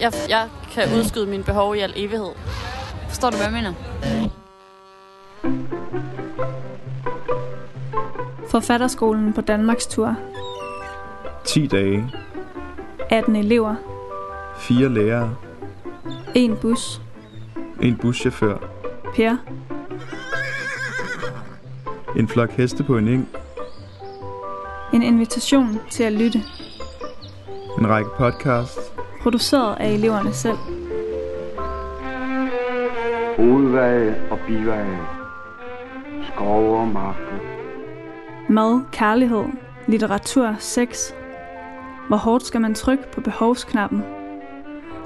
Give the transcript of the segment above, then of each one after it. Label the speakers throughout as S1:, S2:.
S1: jeg, jeg kan udskyde mine behov i al evighed.
S2: Forstår du, hvad jeg mener?
S3: Forfatterskolen på Danmarks tur.
S4: 10 dage,
S3: 18 elever.
S4: 4 lærere,
S3: En bus.
S4: en buschauffør,
S3: Per.
S4: en flok heste på en eng,
S3: En invitation til at lytte.
S4: en række podcast,
S3: Produceret af eleverne selv.
S5: Hovedveje og biveje. Skove og marker.
S3: Mad, kærlighed, litteratur, sex. Hvor hårdt skal man trykke på behovsknappen?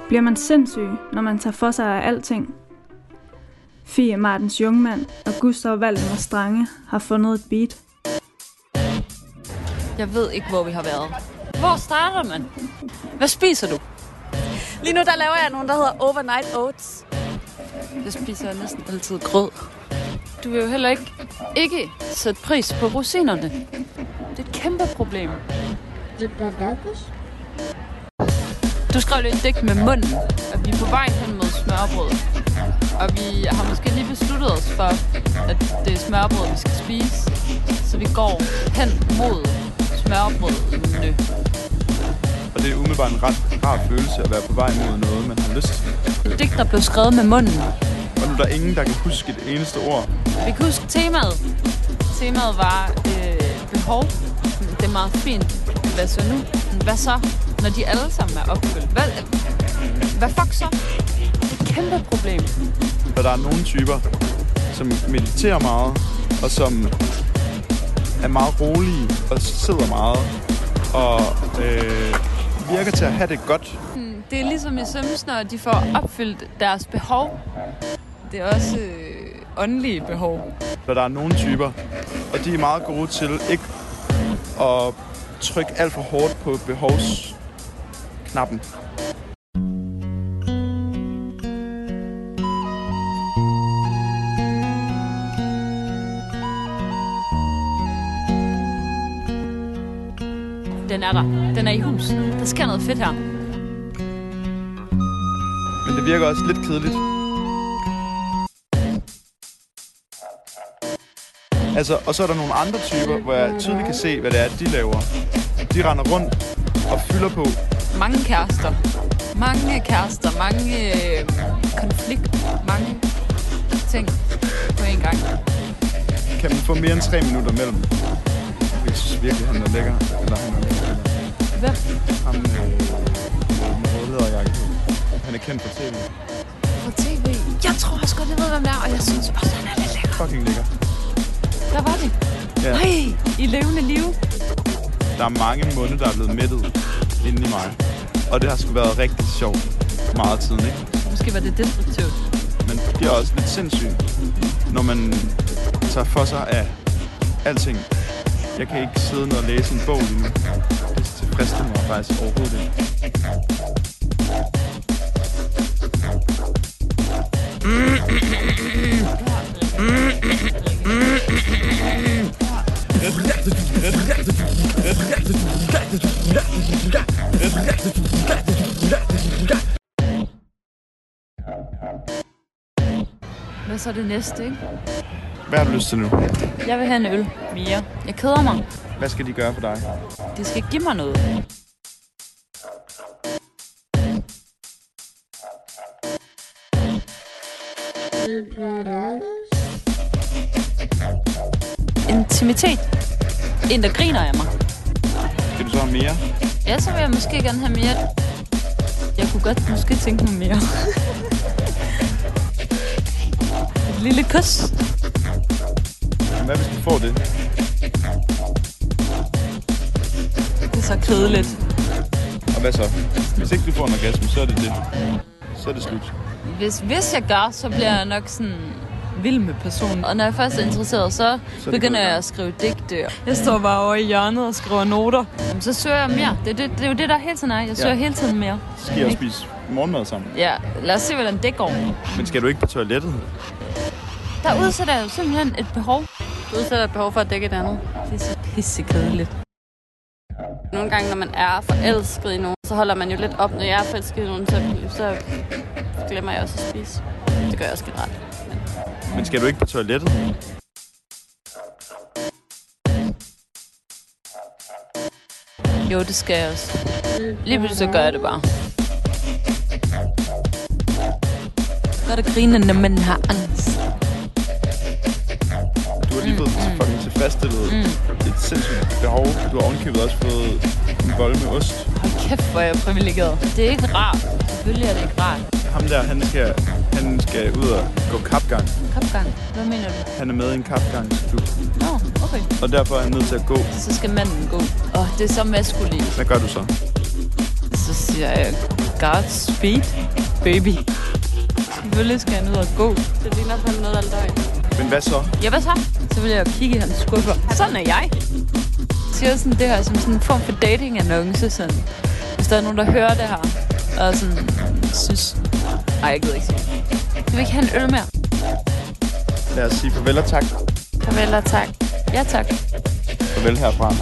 S3: Bliver man sindssyg, når man tager for sig af alting? Fie Martens Jungmand og Gustav Valdemar Strange har fundet et beat.
S2: Jeg ved ikke, hvor vi har været. Hvor starter man? Hvad spiser du?
S1: Lige nu der laver jeg nogen, der hedder Overnight Oats.
S2: Jeg spiser næsten altid grød. Du vil jo heller ikke, ikke sætte pris på rosinerne. Det er et kæmpe problem. Du skrev lidt digt med munden, og vi er på vej hen mod smørbrød. Og vi har måske lige besluttet os for, at det er smørbrød, vi skal spise. Så vi går hen mod smørbrødene.
S6: Og det er umiddelbart en ret rar følelse at være på vej mod noget, man har lyst til.
S2: Et digt, der blev skrevet med munden.
S6: Og nu er der ingen, der kan huske et eneste ord.
S2: Vi kan huske temaet. Temaet var øh, behov. Det er meget fint. Hvad så nu? Hvad så, når de alle sammen er opfyldt? Hvad, hvad fuck så? Det er et kæmpe problem.
S6: Og der er nogle typer, som mediterer meget, og som er meget rolige og sidder meget. Og øh, virker til at have det godt.
S2: Det er ligesom i Sims, når de får opfyldt deres behov. Det er også øh, åndelige behov.
S6: Og der er nogle typer, og de er meget gode til ikke at trykke alt for hårdt på behovsknappen.
S2: Den er der. Den er i hus. Der sker noget fedt her.
S6: Men det virker også lidt kedeligt. Altså, og så er der nogle andre typer, hvor jeg tydeligt kan se, hvad det er, de laver. De render rundt og fylder på.
S2: Mange kærester. Mange kærester. Mange øh, konflikt. Mange ting på en gang.
S6: Kan man få mere end tre minutter mellem? Jeg synes virkelig, han er lækker. Eller han er lækker.
S2: Hvem?
S6: Ham øh, med rødlederjakke. Han er kendt på tv.
S2: På tv. Jeg tror også godt, jeg ved, hvem det er, og jeg synes også, han er lidt lækker.
S6: Fucking lækker.
S2: Der var de.
S6: Ja.
S2: Nej, i levende liv.
S6: Der er mange munde, der er blevet mættet inde i mig. Og det har sgu været rigtig sjovt meget af tiden, ikke?
S2: Måske var det destruktivt.
S6: men det bliver også lidt sindssygt, når man tager for sig af alting. Jeg kan ikke sidde ned og læse en bog lige nu. Det tilfredsstiller mig faktisk overhovedet ikke.
S2: Hvad så det næste, ikke?
S6: Hvad har du lyst til nu?
S2: Jeg vil have en øl mere. Jeg keder mig.
S6: Hvad skal de gøre for dig?
S2: De skal give mig noget. Intimitet. En, der griner af mig.
S6: Skal du så have mere?
S2: Ja, så vil jeg måske gerne have mere. Jeg kunne godt måske tænke mig mere. Et lille kys.
S6: Hvad hvis du får det?
S2: Det er så kedeligt.
S6: Og hvad så? Hvis ikke du får en orgasme, så er det det. Så er det slut.
S2: Hvis, hvis jeg gør, så bliver jeg nok sådan vild med personen. Og når jeg først er interesseret, så,
S6: det
S2: så begynder
S6: gået i gang.
S2: jeg at skrive digte. Jeg står bare over i hjørnet og skriver noter. Jamen, så søger jeg mere. Det, det, det er jo det, der hele tiden er. Jeg søger ja. hele tiden mere.
S6: Så skal jeg også spise morgenmad sammen.
S2: Ja, lad os se, hvordan det går.
S6: Men skal du ikke på toilettet?
S2: Der udsætter jeg jo simpelthen et behov.
S1: Du udsætter et behov for at dække et andet.
S2: Det er så pissekedeligt.
S1: Nogle gange, når man er forelsket i nogen, så så holder man jo lidt op. Når jeg er forelsket i nogen, så, så glemmer jeg også at spise. Det gør jeg også generelt.
S6: Men skal du ikke på toilettet?
S2: Jo, det skal jeg også. Lige pludselig så gør jeg det bare. Godt at grine, når man har angst.
S6: Du har lige blevet mm. fucking tilfredsstillet. Mm. Et sindssygt behov. Du har ovenkøbet også fået en bolle med ost.
S2: Hold kæft, hvor er jeg privilegeret. Det er ikke rart. Selvfølgelig er det ikke rart.
S6: Ham der, han skal, han skal ud og gå kapgang.
S2: Kapgang. Hvad mener du?
S6: Han er med i en kapgangsklub.
S2: Nå, okay.
S6: Og derfor er han nødt til at gå.
S2: Så skal manden gå. Åh, oh, det er så maskulin.
S6: Hvad gør du så?
S2: Så siger jeg, Godspeed, baby. Selvfølgelig skal han ud og gå.
S1: Det ligner fandme noget af løgn.
S6: Men hvad så?
S2: Ja, hvad så? Så vil jeg jo kigge i hans skuffer. Sådan er jeg. Jeg siger sådan det her som sådan en form for dating-annonce. Sådan. Hvis der er nogen, der hører det her, og sådan synes... Ej, jeg gider ikke sige det. Jeg vil ikke have en øl mere.
S6: Lad os sige farvel og tak.
S1: Farvel og tak.
S2: Ja, tak.
S6: Farvel herfra.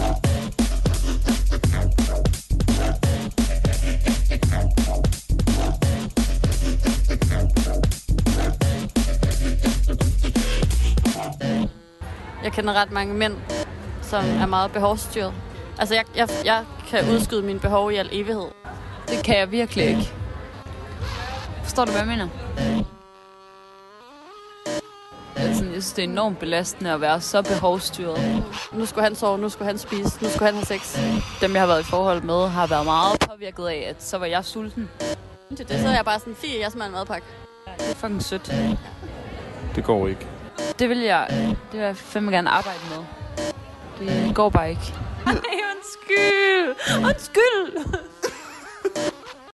S1: Jeg kender ret mange mænd, som er meget behovsstyret. Altså, jeg, jeg, jeg kan udskyde mine behov i al evighed.
S2: Det kan jeg virkelig ikke. Forstår du, hvad jeg mener? Altså, jeg synes, det er enormt belastende at være så behovsstyret.
S1: Nu skulle han sove, nu skulle han spise, nu skulle han have sex.
S2: Dem, jeg har været i forhold med, har været meget påvirket af, at så var jeg sulten.
S1: Til det, så er jeg bare sådan, fie, jeg smager en madpakke.
S2: Det er fucking sødt.
S6: Det går ikke.
S2: Det vil jeg, øh, det vil jeg fandme gerne arbejde med. Det går bare ikke.
S1: Nej, undskyld! Undskyld!